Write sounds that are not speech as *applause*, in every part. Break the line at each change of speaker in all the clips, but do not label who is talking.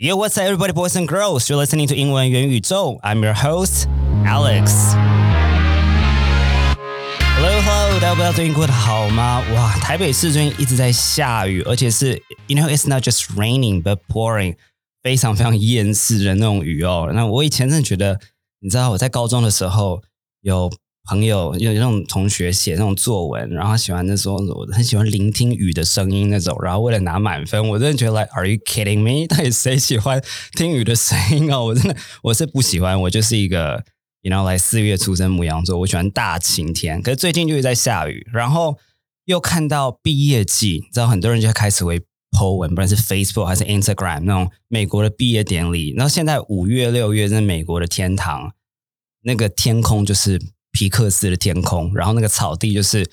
Yo, what's up, everybody, boys and girls? You're listening to 英文元宇宙。I'm your host, Alex. Hello, hello，大家不知道最近过得好吗？哇，台北市最近一直在下雨，而且是 you know it's not just raining but pouring，非常非常厌世的那种雨哦。那我以前真的觉得，你知道我在高中的时候有。朋友有那种同学写那种作文，然后喜欢那时候我很喜欢聆听雨的声音那种，然后为了拿满分，我真的觉得 like Are you kidding me？到 *laughs* 底谁喜欢听雨的声音啊？我真的我是不喜欢，我就是一个 you know 来四月出生母羊座，我喜欢大晴天。可是最近就是在下雨，然后又看到毕业季，你知道很多人就开始会 po 文，不管是 Facebook 还是 Instagram 那种美国的毕业典礼，然后现在五月六月是美国的天堂，那个天空就是皮克斯的天空，然后那个草地就是，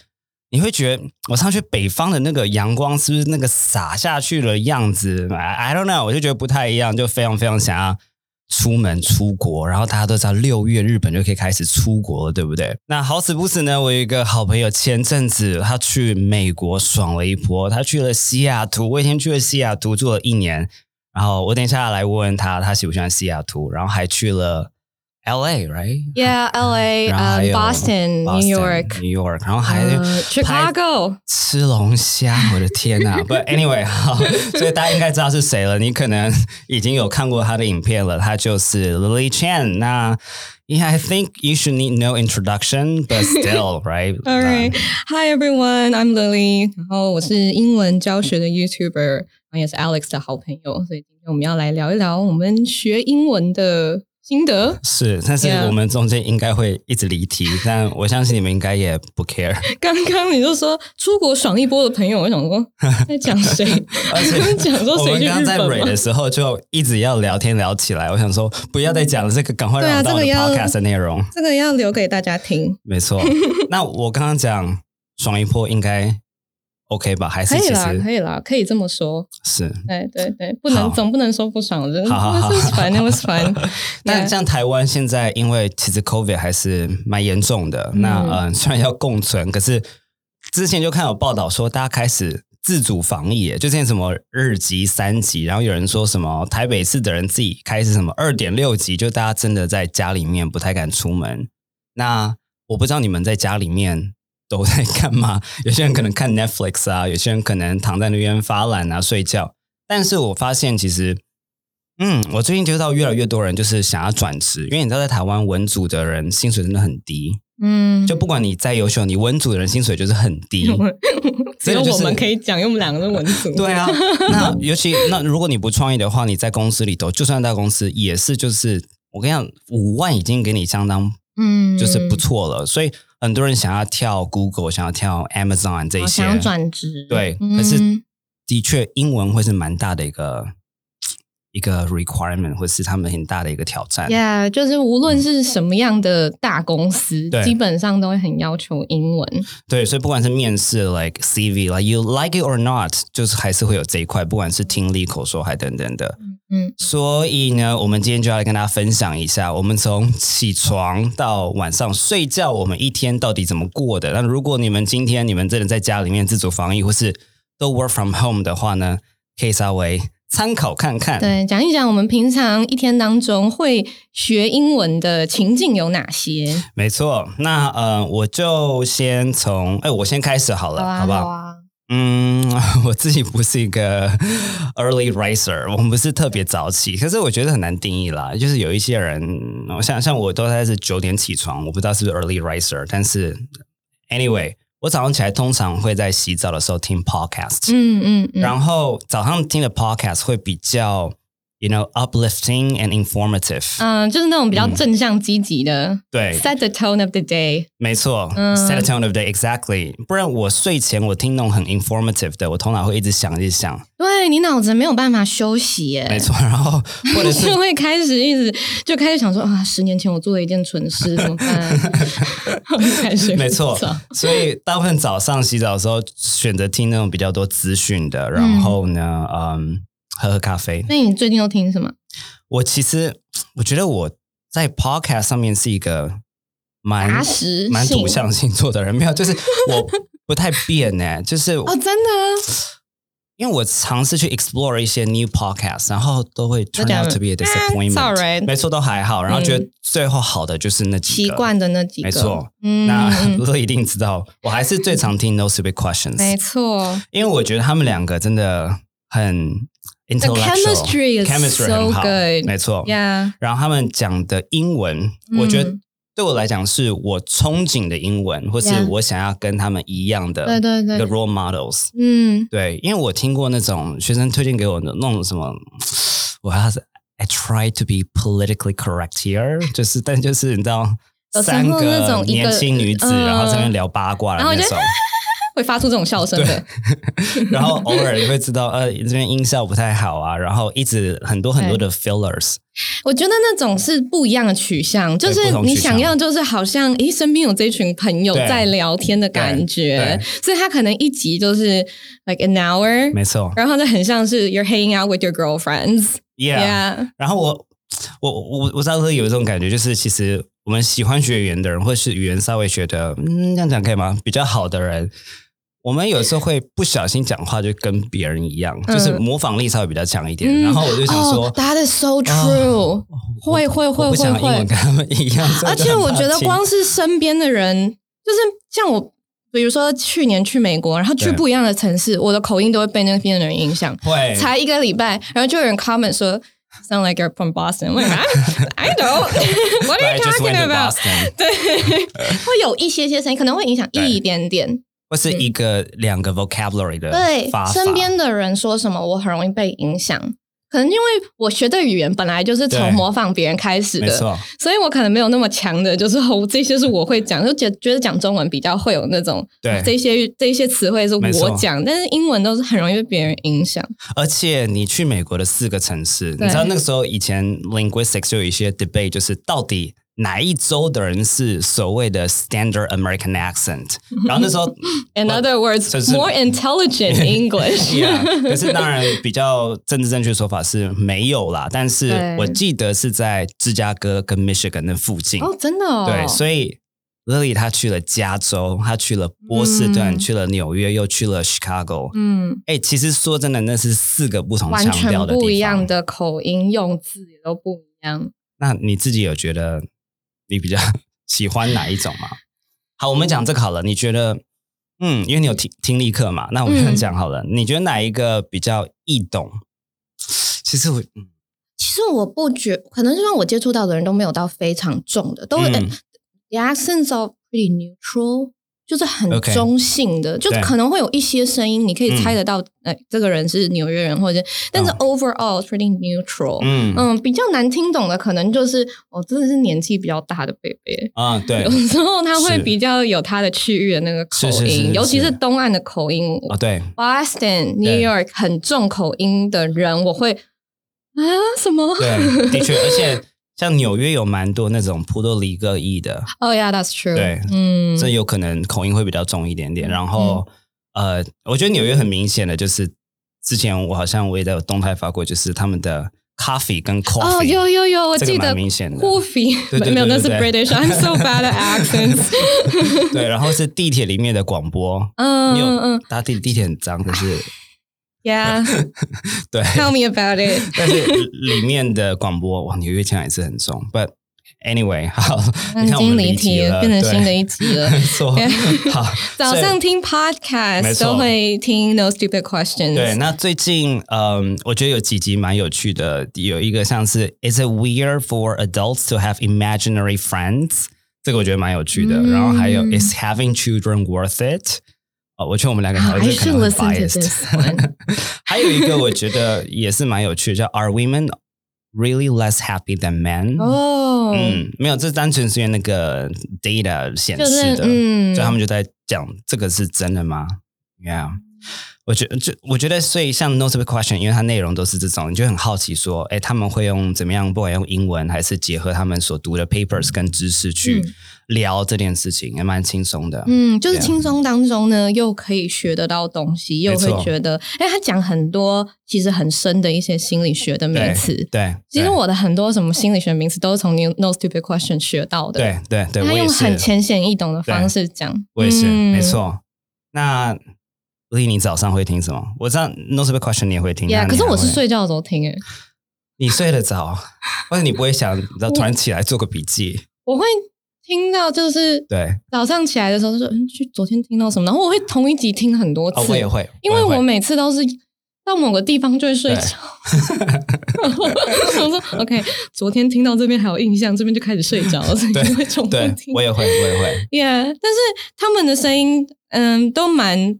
你会觉得我上去北方的那个阳光是不是那个洒下去的样子？I I don't know，我就觉得不太一样，就非常非常想要出门出国。然后大家都知道六月日本就可以开始出国了，对不对？那好死不死呢，我有一个好朋友前阵子他去美国爽了一波，他去了西雅图，我以前去了西雅图住了一年。然后我等一下来问问他，他喜不喜欢西雅图，然后还去了 L A，right？
Yeah, LA,
然后
um,
还有
Boston, New York,
New York，然后还有、
uh, Chicago.
吃龙虾，我的天
*laughs*
呐、不 anyway，好，所以大家应该知道是谁了。你可能已经有看过他的影片了，他就是 Lily Chen。那 Yeah, I think you should need no introduction, but still, *laughs* right?
All right. Hi, everyone. I'm Lily. 然后我是英文教学的 YouTuber，然后也是 Alex 的好朋友。所以今天我们要来聊一聊我们学英文的心得， *laughs*
是，但是
Yeah.
我们中间应该会一直离题，但我相信你们应该也不 care。
刚刚你就说出国爽一波的朋友，我
*laughs*
想说在讲谁？
而
*laughs*
且
讲说
我
谁
们
去
刚刚
日
在蕊
本
的
吗？
时候就一直要聊天聊起来，我想说不要再讲了，这个赶快
对啊
让我到我的
这个要
podcast 的内容。
这个要留给大家听，
没
*laughs*
错。那我刚刚讲爽一波应该 OK 吧？还
可
是
以
其
啦，可
实
以啦，可以这么说。
是？
对对对，不能
好
总不能说不爽，真的。
好好好
嗯 It was fun. It
*laughs*
was fun.
那
对
像台湾现在，因为其实 COVID 还是蛮严重的，
嗯
那嗯、呃虽然要共存，可是之前就看有报道说，大家开始自主防疫，就之前什么日级、三级，然后有人说什么台北市的人自己开始什么二点六级，就大家真的在家里面不太敢出门。那我不知道你们在家里面都在干嘛？有些人可能看 Netflix 啊，有些人可能躺在那边发懒啊、睡觉。但是我发现其实，嗯，我最近接触到越来越多人就是想要转职，因为你知道在台湾文组的人薪水真的很低，
嗯， *laughs*
就不管你再优秀，你文组的人薪水就是很低。
只有我们可以讲，因为我们两个是文组。
*laughs* 对啊，那尤其那如果你不创业的话，你在公司里头，就算大公司也是就是我跟你讲，五万已经给你相当
嗯
就是不错了，所以很多人想要跳 Google，想要跳 Amazon 这一些，
哦想转职。
对，
嗯
可是的确英文会是蛮大的一个一个 requirement，或是他们很大的一个挑战。
Yeah，就是无论是什么样的大公司
对，
基本上都会很要求英文。
对，所以不管是面试，like CV，like you like it or not，就是还是会有这一块，不管是听力、口说还等等的。
嗯，
所以呢，我们今天就要来跟大家分享一下，我们从起床到晚上睡觉，我们一天到底怎么过的。那如果你们今天你们真的在家里面自主防疫，或是都 work from home 的话呢，可以稍微参考看看。，
对，讲一讲我们平常一天当中会学英文的情境有哪些？
没错。那呃，我就先从哎，我先开始好了，不好？
啊，
嗯， *laughs* 我自己不是一个 early riser，我们不是特别早起，可是我觉得很难定义啦。就是有一些人，我像像我都开始九点起床，我不知道是不是 early riser，但是 anyway，我早上起来通常会在洗澡的时候听 podcast，、
嗯嗯嗯，
然后早上听的 podcast 会比较 you know uplifting and informative，、
嗯，就是那种比较正向积极的
对，
，set the tone of the day。
没错、
嗯
s e t the tone of the day exactly。不然我睡前我听那种很 informative 的，我头脑会一直想一直想，
对你脑子没有办法休息耶，
没错，然后或者
*laughs*
是
就会开始一直就开始想说啊，十年前我做了一件蠢事，怎么办？开
*laughs*
始
没
*laughs*
错
找，
所以大部分早上洗澡的时候，选择听那种比较多资讯的，然后呢，嗯，喝喝咖啡。
那你最近都听什么？
我其实我觉得我在 podcast 上面是一个蛮
杂食
蛮
性
土欸 *laughs*
哦
象星座的人，没有，就是我不太变呢、就是
哦，真的啊
因为我尝试去 explore 一些 new podcast，然后都会 turn
假
out
的
to be a
嗯
disappointment。
，sorry
没错，都还好。然后觉得
嗯
最后好的就是那几
习
个。
惯的那几个，
没错
嗯，
那
嗯嗯
乐一定知道，我还是最常听 No Stupid
*laughs* 没
Questions，
错。
因为我觉得他们两个真的很
The
intellectual
chemistry is
chemistry 很
so
好，
good.
没错。
Yeah，
然后他们讲的英文，
嗯
我觉得对我来讲是我憧憬的英文，或是
Yeah
我想要跟他们一样的
对对对
的 role models。
嗯，
对，因为我听过那种学生推荐给我的那种什么，我还是 I try to be politically correct here，就是 *laughs* 但就是你知道。
有时候
三
哦那
个
种一个
年轻女子，
嗯
然后在那边聊八卦的
然后我
那
就
种，
会发出这种笑声的，
然后偶尔你会知道，呃，这边音效不太好啊，然后一直很多很多的 fillers，
我觉得那种是不一样的取向，就
对
是
不同
你
取向
想要就是好像诶身边有这群朋友
对
在聊天的感觉
对，
所以他可能一集就是 like an hour，
没错
然后就很像是 you're hanging out with your girlfriends。
，Yeah，
Yeah，
然后我我我我知道会有一种感觉，就是其实我们喜欢学语言的人，或是语言稍微学的，嗯，这样讲可以吗？比较好的人，我们有时候会不小心讲话就跟别人一样，
嗯
就是模仿力稍微比较强一点。
嗯
然后我就想说，啊
哦，That is so true。
哦
会会会
我不想
会
英文跟他们一样，所以
*laughs* 而
就
且
很
我
怕
觉得
听
光是身边的人，就是像我，比如说去年去美国，然后去
对
不一样的城市，我的口音都会被那边的人影响。
会
才一个礼拜，然后就有人 comment 说，sound like you're from Boston。我
*laughs*
I don't. *laughs* What
But I
are you
just went
talking
to
about？
Boston *laughs*
对，会有一些些声音，可能会影响一点点。
或是一个两个 vocabulary 的
嗯对
发，法
身边的人说什么，我很容易被影响。可能因为我学的语言本来就是
对
从模仿别人开始
没
的，
错，
所以我可能没有那么强的，就是哦我这些是我会讲，就觉觉得讲中文比较会有那种啊
对
这些这些词汇是
没
我
错
讲，但是英文都是很容易被别人影响。
而且你去美国的四个城市，
对
你知道那个时候以前 linguistics 就有一些 debate，就是到底哪一州的人是所谓的 standard American
*laughs*
accent。然后那时候
In other words,
这是
more intelligent English.
*laughs* yeah，可是当然比较政治正确的说法是没有啦，但是
对
我记得是在芝加哥跟 Michigan 那附近。
*laughs* 哦，真的哦。
对，所以 Lily 她去了加州，她去了波士顿，
嗯
去了纽约，又去了 Chicago。
嗯，
哎、其实说真的，那是四个不同
完
腔调
全
的地方，
不一样的口音用字也都不一样。
那你自己有觉得你比较 *laughs* 喜欢哪一种吗？好，我们讲这个好了。你觉得，嗯，因为你有听听力课嘛，那我们
嗯
讲好了。你觉得哪一个比较易懂？其实我，嗯
其实我不觉，可能是因为我接触到的人都没有到非常重的，都、
嗯
呃 the accents are pretty neutral，就是很
OK
中性的就
对
可能会有一些声音，你可以
嗯
猜得到，哎、这个人是纽约人，或者但是
哦
overall pretty neutral。嗯
嗯嗯
比较难听懂的可能就是，哦，真的是年纪比较大的贝贝，
啊，对
有
*laughs*
时候他会
是
比较有他的区域的那个口音，
是是是是
尤其
是
是东岸的口音，
啊，对
Boston、New
对
York 很重口音的人，我会啊什么？ *laughs*
对，的确，而且像纽约有蛮多那种波多黎各裔的，
哦、y e a h that's true。
对
嗯，
这有可能口音会比较重一点点。然后，
嗯
呃，我觉得纽约很明显的就是，之前我好像我也在有动态发过，就是他们的 coffee 跟 coffee，
哦，有有有，我
这个
记
蛮
得
明显的
coffee，
对对对
没有，那是
对对。
British。I'm so bad at accents
*laughs* 对，然后是地铁里面的广播，*laughs*
嗯
你有
嗯
*laughs*
嗯啊
搭地地铁很脏，可是
，Yeah，tell
对，
me about it。
但
*laughs*
是里面的广播哇，纽约腔也是很重。But anyway，好，你
已
看我们
经
离
离
题
题
了，
了，变成
对
新的一集了。
没错。
对
好，
*laughs* 早
所以
上听
没
podcast
错
都会听 No Stupid Questions。
对，那最近嗯，我觉得有几集蛮有趣的，有一个像是 Is it weird for adults to have imaginary friends？这个我觉得蛮有趣的。
嗯
然后还有 Is having children worth it？哦，我觉得我们两个讨论
I
这个可能
should
很
listen
*laughs*
to this
biased。还有一个我觉得也是蛮有趣的，叫 Are women really less happy than men？
哦，
嗯，没有，这单纯是因为那个 data 显
就
示
是
的，
嗯
所以他们就在讲这个是真的吗？Yeah，我觉得，就我觉得，所以像 No t a b l e Question，因为它内容都是这种，你就很好奇说，哎，他们会用怎么样，不管用英文还是结合他们所读的 papers 跟知识去
嗯
聊这件事情，也蛮轻松的。
嗯，就是
Yeah
轻松当中呢，又可以学得到东西，又
没错
会觉得，哎，他讲很多其实很深的一些心理学的名
对
词。
对，
其实我的很多什么心理学名词都是从 New- No Stupid Question 学到的。
对对对，
他
我也
用嗯
是
很浅显易懂的方式讲。
我也是，
嗯
没。错。那丽，你早上会听什么？我知道 No Stupid Question 你也会听
呀，
那
可
你
是
还
我是
会
睡觉的时候听诶、欸
你睡得着，或者你不会想，你知道突然起来做个笔记，
我会听到就是
对，
早上起来的时候就说，嗯，去昨天听到什么，然后我会同一集听很多次，
哦，我也会，
因为
也会
我每次都是到某个地方就会
*laughs*
睡着。我说 OK，昨天听到这边还有印象，这边就开始睡着了，所以
对
就会重复
对
听。
我也会，我也会，
Yeah，但是他们的声音，嗯，都蛮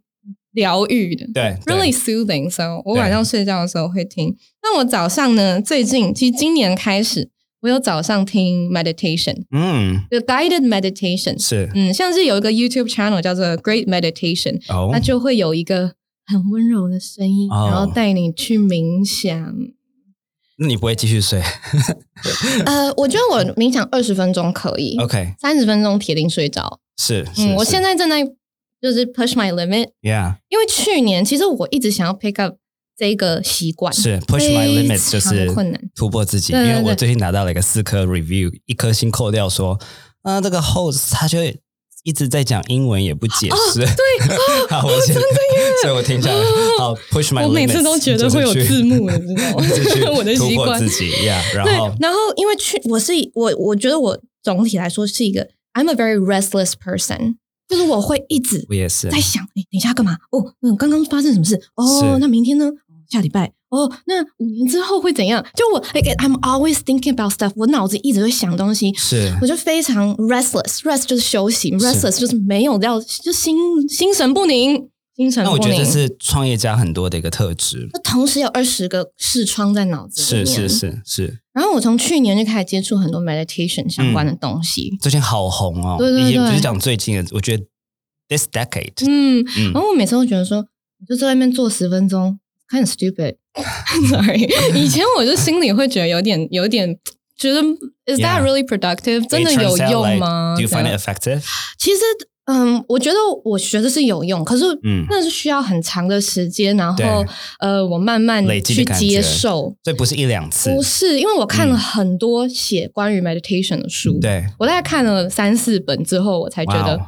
疗愈的。 *laughs*
对对
Really soothing，所以我
对
晚上睡觉的时候会听。那我早上呢？最近其实今年开始，我有早上听 meditation，
嗯，
就 guided meditation。
是
嗯，像是有一个 YouTube channel 叫做 Great Meditation，
哦
它，就会有一个很温柔的声音，
哦
然后带你去冥想。
*laughs* 那你不会继续睡
嗯呃，我觉得我冥想二十分钟可以，
？OK，
三十分钟铁定睡着。
哦是，是
嗯，我现
在
在正在就是 push my limit，
Yeah
因为去年其实我一直想要 pick up 这个习惯，
是 push my
非
limit 就
常
是
困难。
突破自己，因
对对
为我
对
最近拿到了一个四颗 review，一颗星扣掉说，啊，这个 host 他就一直在讲英文也不解
哦
释， *laughs* 对，好，我真的 *laughs* 所以我停下来，好 push my limit，
我每次都觉得会有字幕，你知道吗
*laughs* 我
*laughs* 我的
突
习
破
惯
自己呀，yeah，
对
然后，
然后因为去我是我，我觉得我总体来说是一个 I'm a very restless person，就是我会一直
我也是
在想，哎，等一下要干嘛？哦，嗯，刚刚发生什么事？哦
是，
那明天呢？下礼拜哦，那五年之后会怎样？就我哎哎，I'm always thinking about stuff，我脑子一直会想东西，
是
我就非常 restless，rest 就是休息，restless 就是没有要就心心神不宁，心神
那我
不
觉得
宁
这。是创业家很多的一个特质，
那同时有二十个视窗在脑子里
是是
面，
是是，
然后我从去年就开始接触很多 meditation 相关的
嗯
东西。
最近好红哦，
对对对
也不是讲最近的，我觉得 this decade，
嗯，
嗯
然，后我每次都觉得说，你就在外面坐十分钟，看 stupid。Sorry，以
*laughs*
前我就心里会觉得有点有点觉得 is that
Yeah.
really productive？真的
It turns
有
out,
用
like,
吗
Do you
这
find
样
it effective？
其实，嗯，我觉得我学的是有用，可是
嗯，
那是需要很长的时间，然
对
后呃，我慢慢
累积的
去
感觉
接受。
所以不是一两次
不，是，因为我看了
嗯
很多写关于 meditation 的书，
对，
我大概看了三四本之后，我才觉得
哇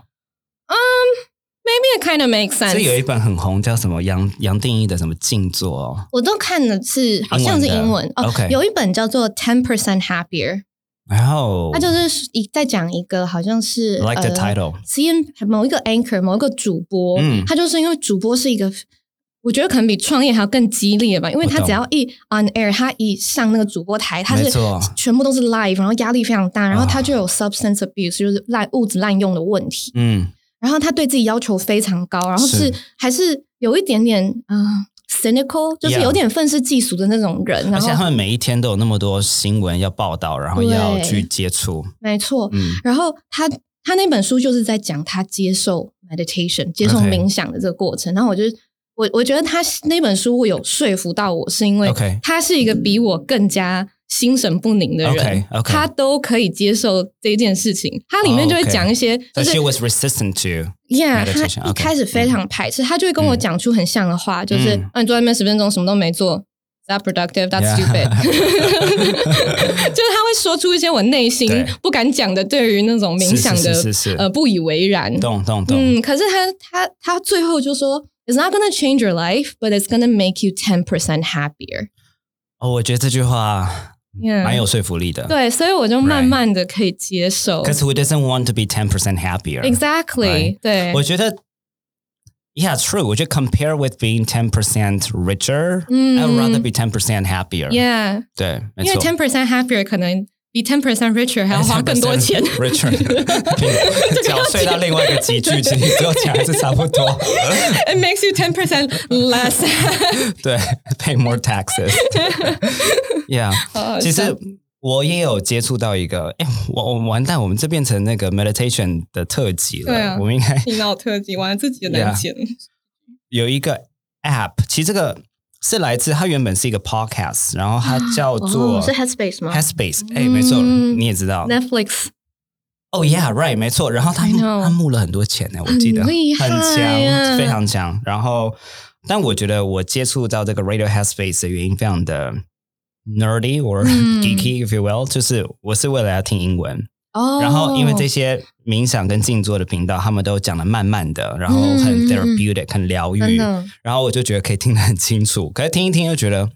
哦
maybe it kind of makes
哦，所以有
sense。
一本很红，叫什么杨杨定一的什么静坐哦，
我都看的是好像是
英文的
英文哦
OK
有一本叫做《Ten Percent Happier》，
然后
它就是一在讲一个好像是
哦 like the
呃
title，
CN 某一个 anchor 某一个主播，
嗯
他就是因为主播是一个，我觉得可能比创业还要更激烈吧，因为他
我懂
只要一 on air，他一上那个主播台，他
没
是
错
全部都是 live，然后压力非常大，然后
啊
他就有 substance abuse，就是滥物质滥用的问题，
嗯，
然后他对自己要求非常高，然后是
是
还是有一点点嗯、呃 cynical，就是有点愤世嫉俗的那种人
*laughs* 而且他
然后
们每一天都有那么多新闻要报道，然后
对
要去接触，
没错，
嗯，
然后他他那本书就是在讲他接受 meditation 接受
OK
冥想的这个过程。然后我就我我觉得他那本书有说服到我，是因为
OK
他是一个比我更加心神不宁的人
OK，OK
他都可以接受这件事情。他里面就会
哦 OK
讲一些就
But
是
she was resistant to，
Yeah，
meditation，
他一
OK
开始非常排斥，他就会跟我讲出很像的话，就是
嗯
啊，你坐在那边十分钟什么都没做。That productive, that's
*laughs*
stupid.
Yeah
就是他会说出一些我内心
对
不敢讲的，对于那种冥想的
是是是是是
呃不以为然。
动动动，
嗯，可是他他他最后就说，It's not gonna change your life, but it's gonna make you ten percent happier.
哦，我觉得这句话
Yeah
蛮有说服力的，。
对，所以我就慢慢的可以接受。
Because who doesn't want to be ten percent happier？
Exactly，
Right
对，
我觉得，Yeah, true. 我觉得 compare with being ten percent richer,
嗯
I'd rather be ten percent happier.
Yeah。
对，没
因为
错。
ten percent happier 可能比 ten percent richer 还要花更多钱。
，richer，
这个要
缴税到另外一个集聚，其实只有钱还是差不多。
*laughs* It makes you ten percent less
*laughs* 对，pay more taxes。Yeah，
好好笑。
其实我也有接触到一个，哎，我我完蛋，我们这变成那个 meditation 的特辑了。
对啊
我们应该
听到特辑，完了自己也能剪。
有一
*laughs*
个 app，其实这个是来自它原本是一个 podcast，然后它叫做
Headspace
*laughs* Headspace，哎、
嗯
没错，你也知道。
？Netflix
哦、oh,，Yeah，right，没错。然后他
I
募
know
他募了很多钱呢，我记得
很厉害
很
啊
强，非常强。然后，但我觉得我接触到这个 Radio Headspace 的原因非常的 nerdy or
嗯
geeky，if you will，就是我是为了要听英文。
哦，
然后因为这些冥想跟静坐的频道，他们都讲的慢慢的，然后很
嗯嗯嗯
therapeutic，、很疗
真
愈。
的
然后我就觉得可以听得很清楚， *laughs* 可是听一听就觉得，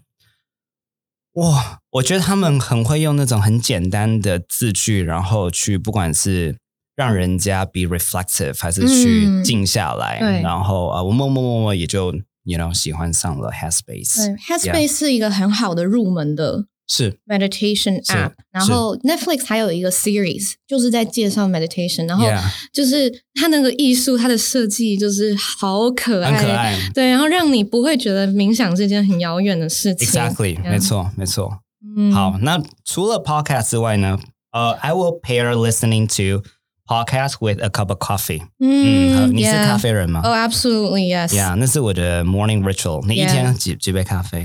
哇，我觉得他们很会用那种很简单的字句，然后去不管是让人家 be reflective，还是去
嗯
静下来，
对
然后啊，我默默默默也就 you know 喜欢上了 Headspace，
对，Headspace 是一个很好的入门的
是
meditation
是
app，然后 Netflix 还有一个 series 就是在介绍 meditation，然后
yeah
就是它那个艺术，它的设计就是好可
很
爱，
可爱
对，然后让你不会觉得冥想是件很遥远的事情。
，exactly，
Yeah
没错没错。
嗯，
好，那除了 podcast 之外呢，呃、i will pair listening to podcast with a cup of coffee。嗯，和
嗯，
你是咖啡人吗
yeah.？Oh, absolutely yes.
呀，那是我的 morning ritual。你一
Yeah
天几几杯咖啡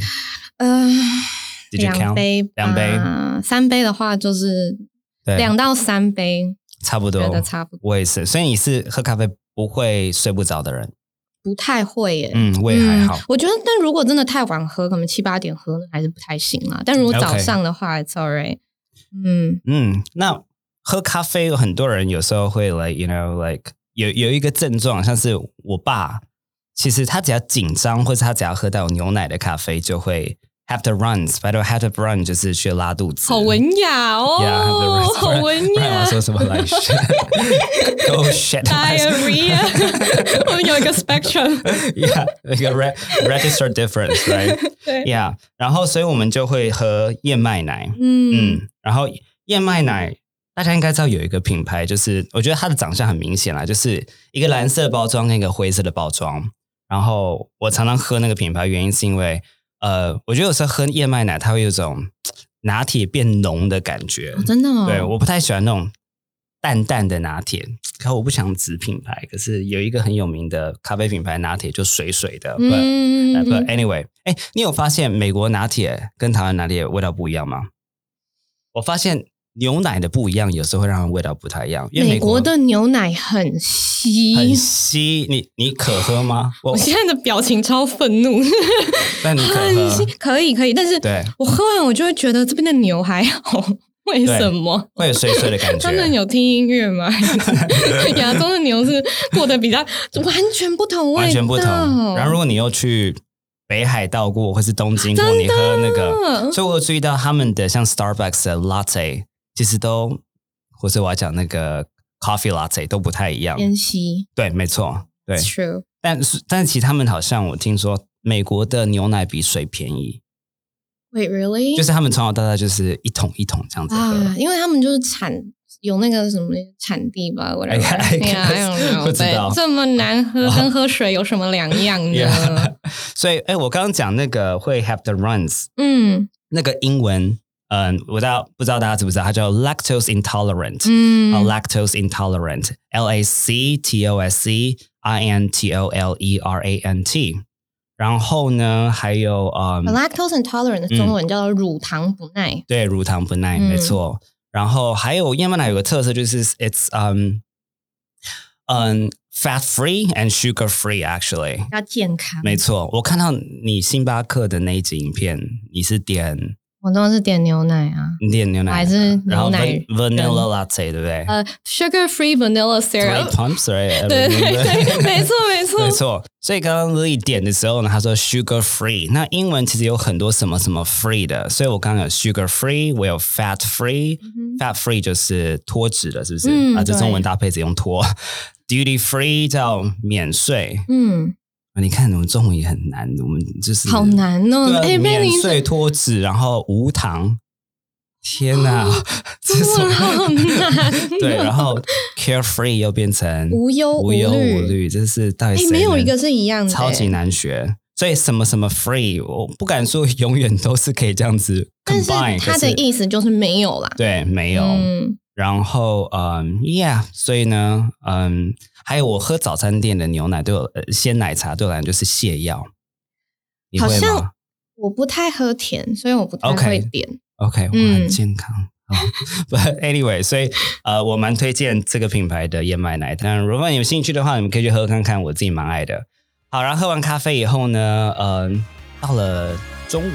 呃，
？Did you
两
count？
杯吧，
两
三杯的话就是
对，
两到三杯，
差不多
觉，得差不多，
我也是。所以你是喝咖啡不会睡不着的人？
不太会耶。
嗯，我也还好
嗯。我觉得，但如果真的太晚喝，可能七八点喝那还是不太行啦。但如果
嗯 OK
早上的话，it's alright。嗯，
嗯，那喝咖啡有很多人有时候会 like you know like 有有一个症状，像是我爸，其实他只要紧张或者他只要喝到牛奶的咖啡，就会 have to run，by the have to run 就是去拉肚子。
好文雅
*laughs*
哦
Yeah, the rest-
好文
不然
啊
雅
我。说什么来着 *laughs* ？Go shit！
Diarrhea，我
*laughs*
们有一个 spectrum，
*laughs* yeah，那个 re register difference，right？
对
Yeah，然后所以我们就会喝燕麦奶，
嗯
嗯，然后燕麦奶大家应该知道有一个品牌，就是我觉得它的长相很明显啦，就是一个蓝色包装跟一个灰色的包装。然后我常常喝那个品牌，原因是因为呃，我觉得有时候喝燕麦奶它会有种拿铁变浓的感觉，
哦真的哦，
对，我不太喜欢那种淡淡的拿铁，可我不想指品牌，可是有一个很有名的咖啡品牌拿铁就水水的。But,
嗯，
呃
嗯
but
嗯
anyway，哎，你有发现美国拿铁跟台湾拿铁味道不一样吗？我发现牛奶的不一样，有时候会让人味道不太一样。因为
美
国
国的牛奶很稀，
很稀，你你可喝吗？
*laughs*
我
我现在的表情超愤怒，
但你可
很稀
喝，，
可以可以，但是
嗯对，
我喝完我就会觉得这边的牛还好，为什么？
会有水水的感觉
*laughs* 他。们有听音
*laughs*
乐吗？亚洲的牛是过得比较完全不同味道，
完全不同。然后如果你又去北海道过，或是东京过，
真的
你喝那
嗯
个，所以我有注意到他们的像 Starbucks 的 latte，其实都，或是我要讲那个 coffee latte 都不太一样。
偏稀
对，没错，对
，it's。，true，
但是但其实他们好像我听说，美国的牛奶比水便宜，
wait really，
就是他们从小到大就是一桶一桶这样子喝。
嗯啊，因为他们就是产有那个什么产地吧，我来
I guess，不知道
这么难喝跟喝水有什么两样
*laughs*
呢？
Yeah，所以，哎，我刚刚讲那个会 have the runs， *laughs*
嗯
那个英文，嗯，我大不知道大家知不知道，它叫 lactose intolerant。a
嗯
lactose intolerant. L A C T O S C I N T O L E R A N T。然后呢，还有嗯
，lactose intolerant 的
嗯
中文叫做乳糖不耐，
对，乳糖不耐，
嗯
没错。然后还有燕麦奶有个特色就是 it's 嗯嗯 fat free and sugar free actually。
要健康。
没错，我看到你星巴克的那一集影片，你是点
我都是点牛奶啊，
你点牛奶，
还是牛奶
然后 van-
跟
vanilla latte 对不对？
呃，sugar free vanilla
Three
syrup。
pumps right？
*laughs* 对对
*laughs*
对，没错没
没
错。
错，所以刚刚 Lily 点的时候呢，他说 sugar free。那英文其实有很多什么什么 free 的，所以我刚刚有 sugar free，我有 fat free、
嗯哼
fat free 就是脱脂的，是不是？
嗯
啊，这
对
中文搭配只用脱。duty free 叫免税。
嗯，
啊你看我们中文也很难，我们就是
好。难
对
哦。
啊、
哎，被
免
你
税脱脂，然后无糖。天哪， *laughs* 这
中
是什
文哦 *laughs*
么？
好难哦。
*laughs* 对，然后 carefree 又变成
无忧
无忧无。虑，这是到底
哎
谁，
没有
能
一个是一样的。
超级难学。所以什么什么 free，我不敢说永远都是可以这样子
但是
combine，
它
可
的
是
意思就是没有啦。
对没有。
嗯，
然后嗯，yeah，所以呢，嗯，还有我喝早餐店的牛奶对我、呃、鲜奶茶对我来讲就是泻药，你
好
会吗
像我不太喝甜，所以我不太
OK
会点。
？OK，我
嗯
很健康。好 *laughs* But anyway，所以呃，我蛮推荐这个品牌的燕麦奶。当然，如果你有兴趣的话，你们可以去喝看看，我自己蛮爱的。好，然后喝完咖啡以后呢，嗯、到了中午。